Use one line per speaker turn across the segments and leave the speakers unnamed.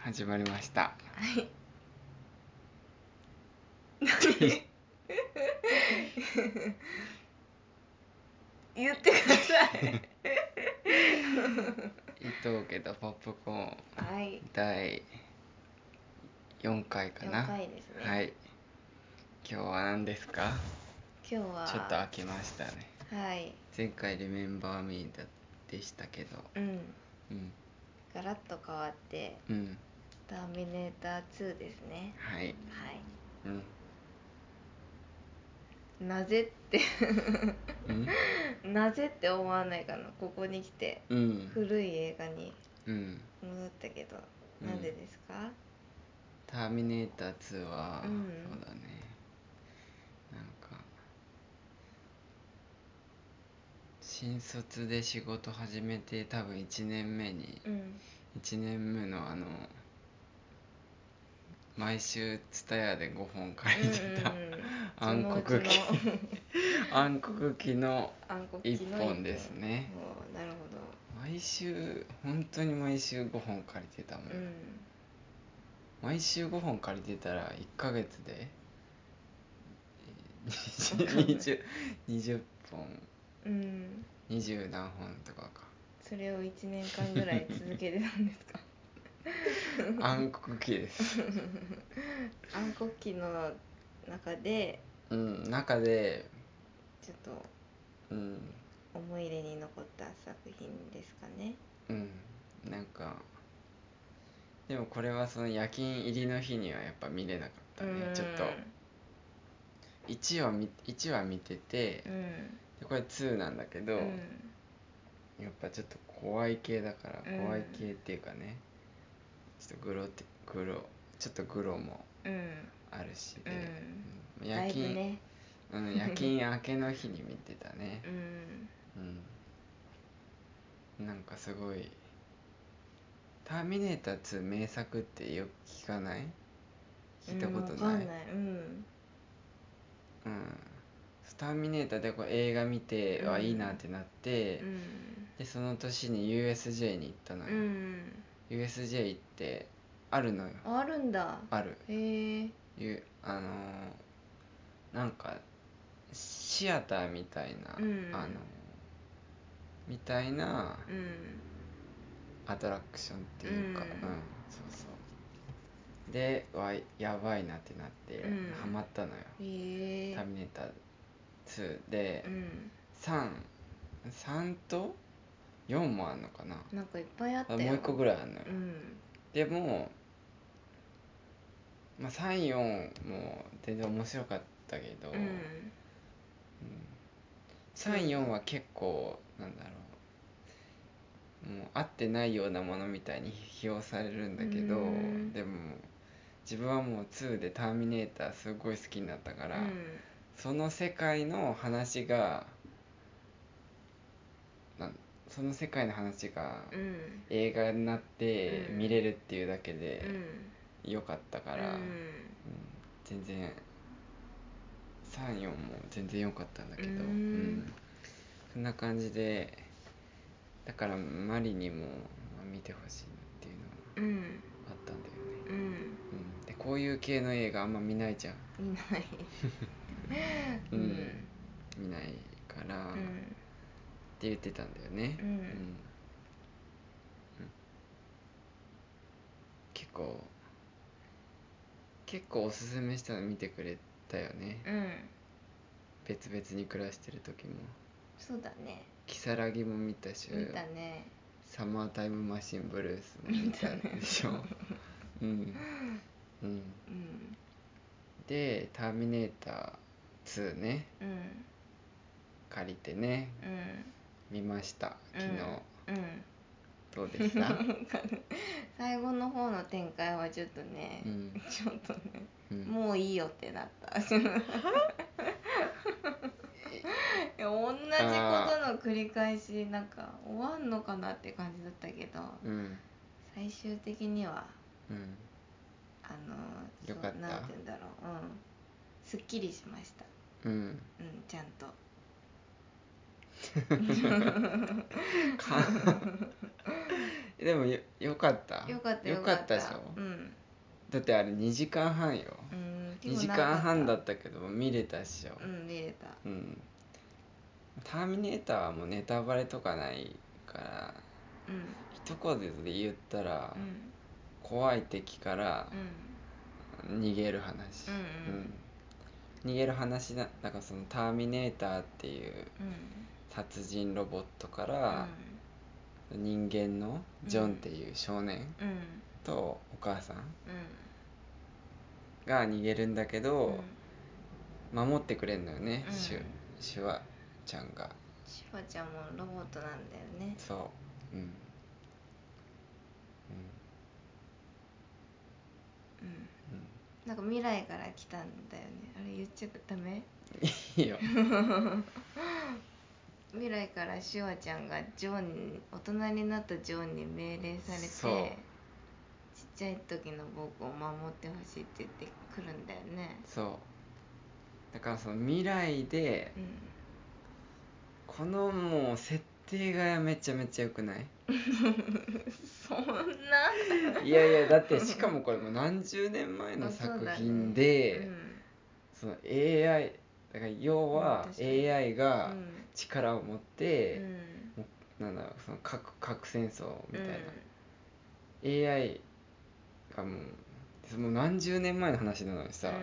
始まりました
はい。 言ってください。
伊藤家とポップコーン
はい。
第4回か
四
な
回ですね。
はい今日は何ですか
今日は。
ちょっと飽きましたね
はい。
前回「リメンバー・ミー」でしたけど
うん。
うん
ガラッと変わって。
うん
ターミネーター2ですね。
はい
はい。
うん
なぜって、
うん
なぜって思わないかな。ここに来て。
うん、
古い映画に
うん、
戻ったけど。
うん
なぜですか。
ターミネーター2は、
うん
そうだねなんか新卒で仕事始めて多分1年目に
うん。
1年目のあの毎週ツタヤで5本借りてた、
うんうんうん
暗黒期
そのうちの
暗黒期の
暗黒期の一
1本ですね
もうなるほど
毎週本当に毎週5本借りてたもん、
うん
毎週5本借りてたら1ヶ月で
わかんない
20 20本
うん
20何本とか
それを1年間ぐらい続けてたんですか
か暗黒期です
暗黒期の中で
うん中で
ちょっと
うん
思い入れに残った作品ですかね
うんなんかでもこれはその夜勤入りの日にはやっぱ見れなかったね
うん
ちょっと1話見1話見てて
うん
でこれ2なんだけど、
うん
やっぱちょっと怖い系だから
うん
怖い系っていうかね、ちょっとグロってグロちょっとグロも
うん
あるし
う
で、
ん
うん
だ
夜
いぶ
勤、
ね
うん、夜勤明けの日に見てたね
う、ん
うん、なんかすごい「ターミネーター2」名作ってよく聞かない聞いたこと
うん、わ
な
か
い,、
んないうん
うん「ターミネーター」でこう映画見て、
うん
わいいなってなって、
うん
でその年に USJ に行ったの
う
よ、
ん
USJ 行ってあるのよ
あるんだ
ある
へえ
ゆあのーなんかシアターみたいな、
うん
あのーみたいな
うん
アトラクションっていうか、
うん
うんそうそうでわいやばいなってなって、
うん
ハマったのよ
へ
「
え
ターミネーター2」で
うん
33と4もあんのかな
なんかいっぱいあった
あ
よ
もう一個ぐらいあんのよ、
うん
でも、まあ、34も全然面白かったけど、
うん
34は結構なんだろうもう合ってないようなものみたいに批評されるんだけど
うん
でも自分はもう2で「ターミネーター」すごい好きになったから、
うん
その世界の話がなんその世界の話が
うん
映画になって
うん
見れるっていうだけ
う
で
ん
良かったから、
う
う
ん
ん全然34も全然良かったんだけど、
うん
うんそんな感じでだからマリにもまあ見てほしいなっていう
うんうん
のがあったんだよね、
うん
うん、でこういう系の映画あんま見ないじゃん
いない
う
うんん
見ないから、っ
う
て
ん
言ってたんだよね、
うん
うん結構結構おすすめしたの見てくれたよね、
うん
別々に暮らしてる時も
そうだね
如月も見たし
見たね
サマータイムマシンブルースも見たでしょうん、うん、
うん
で「ターミネーター2ね」
うん
借りてね
うん
見ました
うん
昨日、
うん
どうでした
最後の方の展開はちょっとね
うん、
ちょっとね
うん、
もういいよってなった いや同じことの繰り返しなんか終わんのかなって感じだったけど
うん
最終的には
うん
あの
よかった
そうなんて言うんだろううんすっきりしました
うん
うんちゃんと
でもよよかった
よかった
よかったでしょ、
うん、
だってあれ2時間半よ
うん、結
2
構
時
長か
間半だったけど見れたっしょ
うん見れた
うん、ターミネーターはもうネタバレとかないから
うん
一言で言ったら、
うん
怖い敵から逃げる話、
うん
うん逃げる話だだからそのターミネーターっていう
うん
殺人ロボットか
うん
ら、人間のジョンっていう少年
うんうん
とお母さんが逃げるんだけ
う
ど、
ん
守ってくれんのよね、
うん
シュシュワちゃんが
シュワちゃんもロボットなんだよね
そううん、うん、
うんなんか未来から来たんだよねあれ言っちゃダメ
い いよ
未来からシュワちゃんがジョンに大人になったジョンに命令されてち
そう
っちゃい時の僕を守ってほしいって言ってくるんだよね
そうだからその未来で
うん
このもう設定がめちゃめちゃ良くない
そんない
やいやだって しかもこれもう何十年前の
あそう
作
だね
品で、
うん
その AI だから要は
うん確かに
AI が
うん
力を持っ
う
て、
ん
なんだろうその核核戦争みたいな、AI がもうその何十年前の話なのにさ、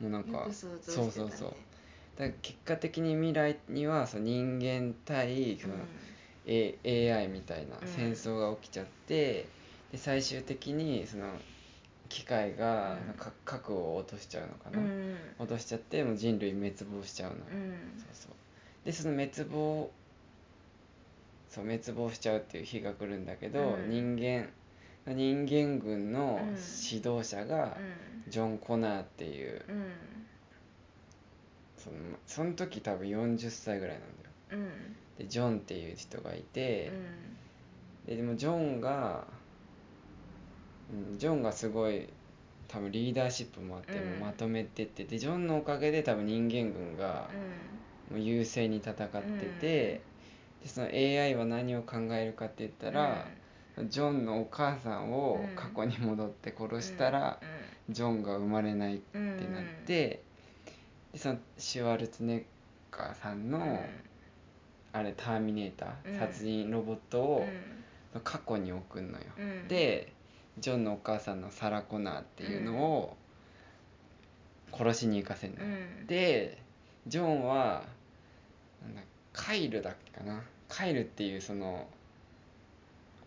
もうなん
うん、よ
か
く想像してたね
そうそうそうだから結果的に未来にはその人間対その、A AI みたいな
うん
戦争が起きちゃって、で最終的にその機械が
うん
か核を落としちゃうのか
う
な、
んうん
落としちゃってもう人類滅亡しちゃうの、
う
そうんそうでその滅亡そう滅亡しちゃうっていう日が来るんだけど、
うん
人間人間軍の
うん
指導者がジョン・コナーっていう
うん
そのその時多分40歳ぐらいなんだよ
うん
でジョンっていう人がいて、
うん
ででもジョンが、うん、ジョンがすごい多分リーダーシップもあって、
うん
もうまとめてってでジョンのおかげで多分人間軍がもう優勢に戦ってて、でその AI は何を考えるかって言ったら、ジョンのお母さんを
うん
過去に戻って殺したら、ジョンが生まれないって
うんうん
なって、でそのシュワルツェネッガーさんの、あれターミネーター、
うん
殺人ロボット
うん
を
うん
過去に送んのよ。
うん
でジョンのお母さんのサラ・コナーっていうのを殺しに行かせる
う
のよ、
ん
でジョンはなんだカイルだっけかなカイルっていうその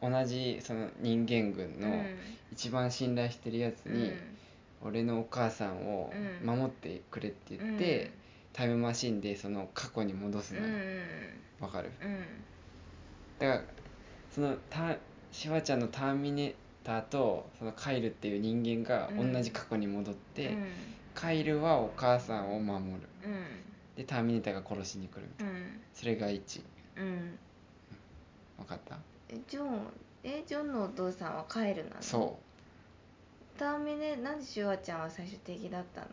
同じその人間軍
う
の
ん
一番信頼してるやつに、俺のお母さんを
うん
守ってくれって言って、タイムマシンでその過去に戻す
う
の
んう
よ
ん
わ、かる
うん
だからそのたシワちゃんのターミネーターとそのカイルっていう人間が
うん
同じ過去に戻って、
うん
カイルはお母さんを守る
うん
でターミネーターが殺しに来る
うん
それが1
うん
分かった
えジョンえジョンのお父さんは帰るなの
そう
ダメねなんでシュワちゃんは最終的だったの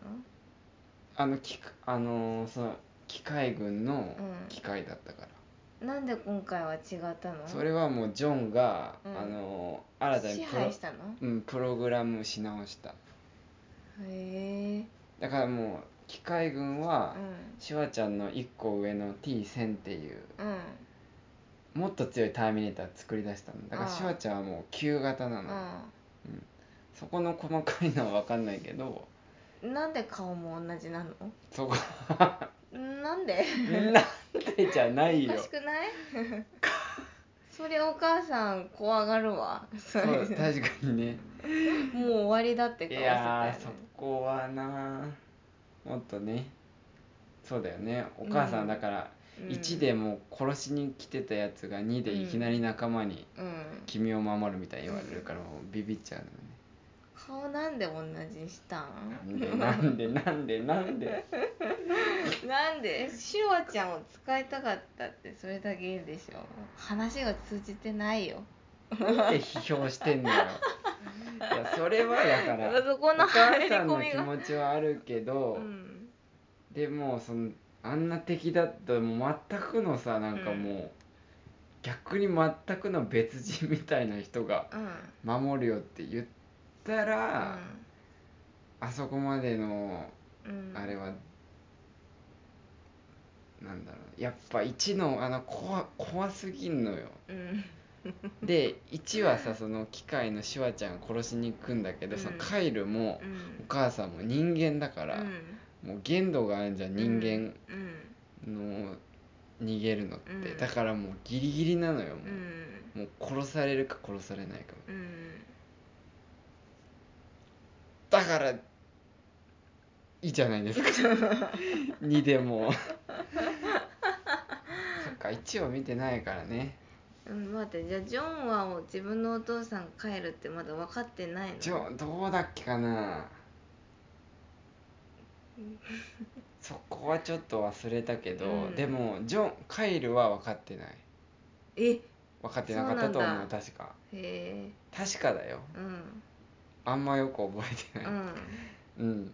あの機械あのーその機械軍の
うん
機械だったから、
なんで今回は違ったの
それはもうジョンが、
うん
あのー新たに
支
プロ
配したの
うん、プログラムし直した
へえ
だからもう機械軍は、
う
シュワちゃんの1個上の T1000 っていうん
うん
もっと強いターミネーター作り出したのだから
ああ
シュワちゃんはもう旧型なの、そこの細かいのは分かんないけど
うんなんで顔も同じなの
そこ
なんで
なんでじゃない
お
よ
かしくない それお母さん怖がるわそ
そう
れ
確かにね
もう終わりだって
い
顔してたよ
や
ね
ーそこはなもっとねそうだよねお母さ
うんん
だから
うん
1でもう殺しに来てたやつが2でいきなり仲間に
うん
「君を守る」みたいに言われるからもうビビっちゃうのね
顔なんで同じにしたん
なんでなんでなんでなんで
なんでシュワちゃんを使いたかったってそれだけいいでしょ話が通じてないよ
って批評してんのよ。いやそれはだか
やっぱ
ら
そこ
お
の
母
入り
さん
込
の
み
気
が
持ちはあるけど、
うん
でもそのあんな敵だともう全くのさなんかもう、逆に全くの別人みたいな人が
うん
守るよって言ったら、あそこまでの
うん
あれは、なんだろうやっぱ1のあの怖怖すぎんのよ
うん
で1はさその機械のシュワちゃんが殺しに行くんだけど、そのカイルも
う
お
ん
母さんも人間だから、
うん
もう限度があるんじゃん人間
うん
の逃げるのって、
うん
だからもうギリギリなのよも
う
う,、
ん
もう殺されるか殺されないか
うん
だからいいじゃないですか2 でも そっか1を見てないからね
うん待ってじゃあジョンはもう自分のお父さん帰るってまだ分かってないの
ちょどうだっけかなそこはちょっと忘れたけど、
うん
でもジョンカイルは分かってない
えへ
分かってなかったと思
そう
う
なんだ
確か
え
確かだよ
うん
あんまよく覚えて
う
ない
ん
うん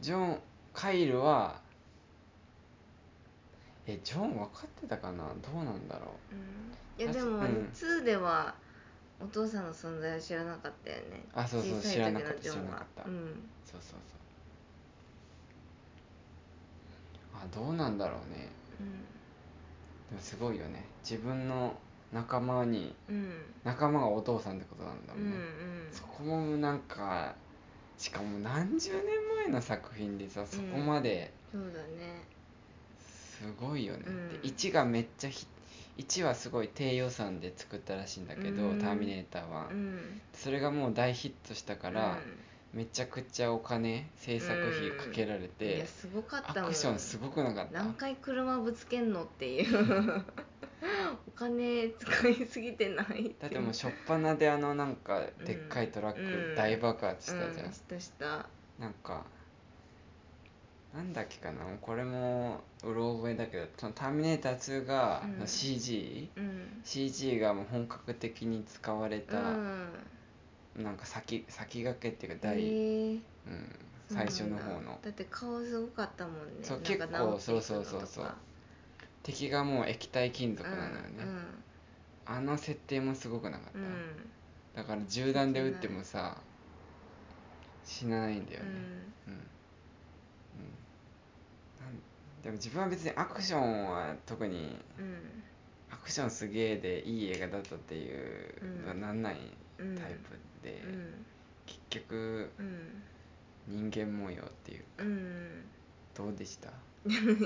ジョンカイルはえジョン分かってたかなどうなんだろ
いや
確
でも、
うん
2ではお父さんの存在を知らなかったよね
あそうそう
小さい
知ら
時
な
の
かった
ジョン
知
は
らなかった
うん
うそうそうそうあどうなんだろうねでもすごいよね自分の仲間に
うんうん
仲間がお父さんってことなんだ
う
も
ん
んね、そこもなんかしかも何十年前の作品でさそこまで、
うんそうだね
すごいよね、
うん
で1がめっちゃひ1はすごい低予算で作ったらしいんだけど「
うん
ターミネーターは」
うん
それがもう大ヒットしたから、めちゃくちゃお金制作費かけられ
うん、い
て
や、すごかっ
ア
たもん
クションすごくなかった
何回車ぶつけんのっていう お金使いすぎてない
だってもう初っ端であのなんかでっかいトラッ
う
ク
ん
大爆発し
う
た
ん
じゃん、
したした
なんかなんだっけかなこれもうろ覚えだけどその「ターミネーター2が」
うん
の CG?、
うん、
CG がもう本格的に使われた、
うん、
なんか先先駆けっていうか第、
へえ
うん、最初の方
そうなん
の
だだって顔すごかったもんね
そう
なんか
結構
治っていくのとか
そうそうそうそう敵がもう液体金属なのよね、あの設定もすごくなかった、
うん、うん
だから銃弾で撃ってもさ死なないんだよ
う
ね
ん
うん、うんなんでも自分は別にアクションは特に
うん
アクションすげえでいい映画だったっていうのはなんない
うん
タイプで、
うん
結局
うん
人間模様っていう
うん
どうでした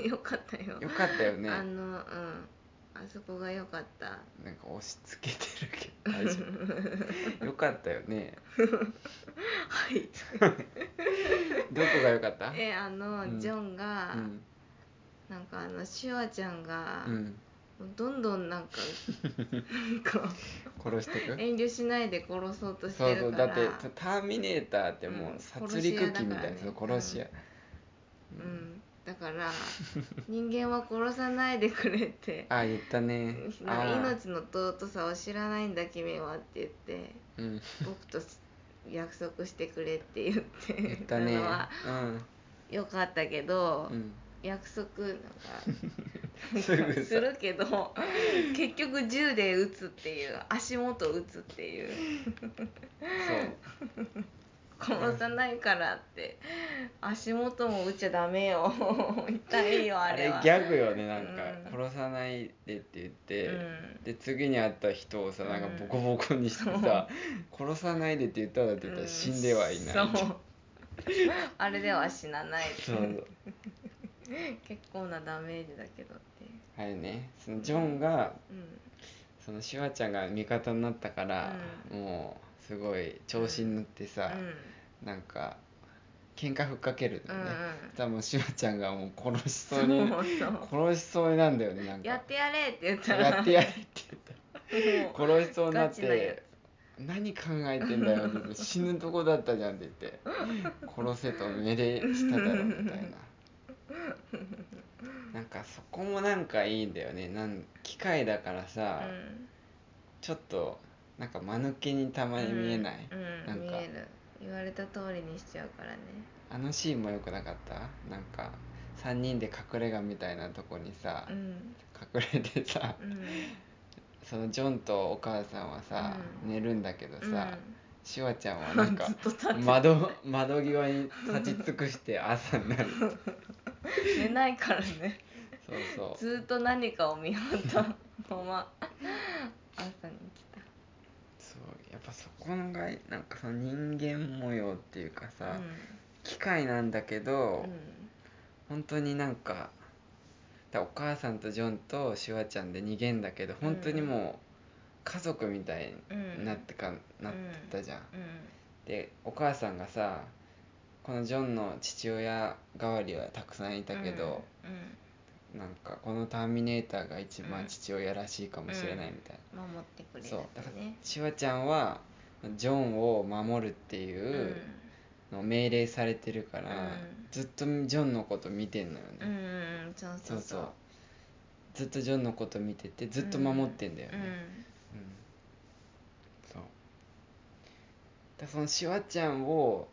よかったよ
よかったよね
あのうんあそこが良かった
なんか押し付けてるけど大丈 夫よかったよね
はい
どこが良かった
えあの、
うん
ジョンが、
うん
なんかあのシュワちゃんが、
うん
どんどんなん かなんか
殺してく
遠慮しないで殺そうとし
そ
て
うそう
るか
だっ
ら
て「ターミネーター」ってもう
うん
殺戮鬼みたいな
殺し屋だ
そう
からね
殺し屋
う
うん
んだから 人間は殺さないでくれって
あ言った ねあ
なんか
ー
命の尊さを知らないんだ君はって言って
うん
僕とし約束してくれって言って
言った ね
たのはよかったけど、
うん
約束なんか
うん すぐ
す
さ
るけど結局銃で撃つっていう足元撃つっていう
そ
殺さないからって足元も撃っちゃダメよ 痛いよ
うあ
あれ
れ
は
ギャグよねなんか
う
殺さないでって言って
うん
で次に会った人をさなんか
うん
ボコボコにしてさ「殺さないで」って言ったらって言ったら死んではいない、
う んそうあれでは死なない
そうそう
結構なダメージだけどっていう
あれねそのジョンが
うん
そのシュワちゃんが味方になったから、もうすごい調子に乗ってさ、なんか喧嘩ふっかけるの
うん
ね、
う
多分シュワちゃんがもう殺しそうん
うん
に
そ うそう
殺しそうなんだよねなんか
やってやれって言ったら
やってやれって言っ
も
た殺しそうになっ
ガチなや
て何考えてんだよって言って死ぬとこだったじゃんって言って殺せと命令しただろみたいななんかそこもなんかいいんだよねなん機械だから
う
さ、
うん
ちょっとなんか間抜けにたまに見えない、
うん
なんか
見える言われた通りにしちゃうからね
あのシーンも良くなかったなんか3人で隠れ家みたいなとこにさ、
うん
隠れてさ
うん
そのジョンとお母さんはさ、
うん
寝るんだけどさ、
うん
シュワちゃんはなんか
ずっと立って
窓窓際に立ち尽くして朝になるそう
寝ないからね
そう
ずっと何かを見ようとま ま朝に来た
そうやっぱそこがなんかその人間模様っていうかさ、
う
機械なんだけ
ん
ど、
うん
本当になんかだお母さんとジョンとシュワちゃんで逃げんだけど本当にもう家族みたいになってか、なってたじゃん。
う
でお母さんがさこのジョンの父親代わりはたくさんいた
ん
けど、
うんうん
なんかこの「ターミネーター」が一
う
番
ん
父親らしいかもしれないみたい
守ってく
な、
れる
そうだ
だ
から
ね
シュワちゃんはジョンを守るって
う
い
ん
うのを命令されてるから、
うん
ずっとジョンのこと見てんのよね、
うんうんうんそう
そ
そうう
そ
そうう
ずっとジョンのこと見ててずっと守ってんだよね、
うん
うんそうだそのシュワちゃんを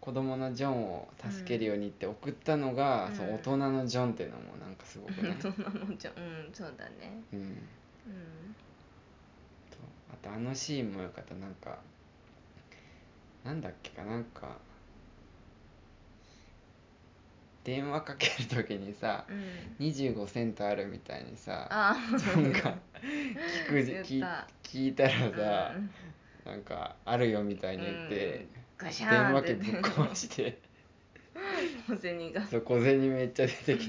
子供のジョンを助けるようにって送ったのが、
うん
その大人のジョンっていうのもなんかすごくね、
大人のじゃうんそうだね
うん、
うん
とあとあのシーンもよかったなんかなんだっけかなんか電話かける時にさ
うん
25セントあるみたいにさ
あ
ジョンが聞くじ
言った
聞い聞いたらさ、
うん
なんか「あるよ」みたいに言って、
ガシャ
電
ーン
話
って
機ぶっ壊して
小銭が
そう小銭めっちゃ出てき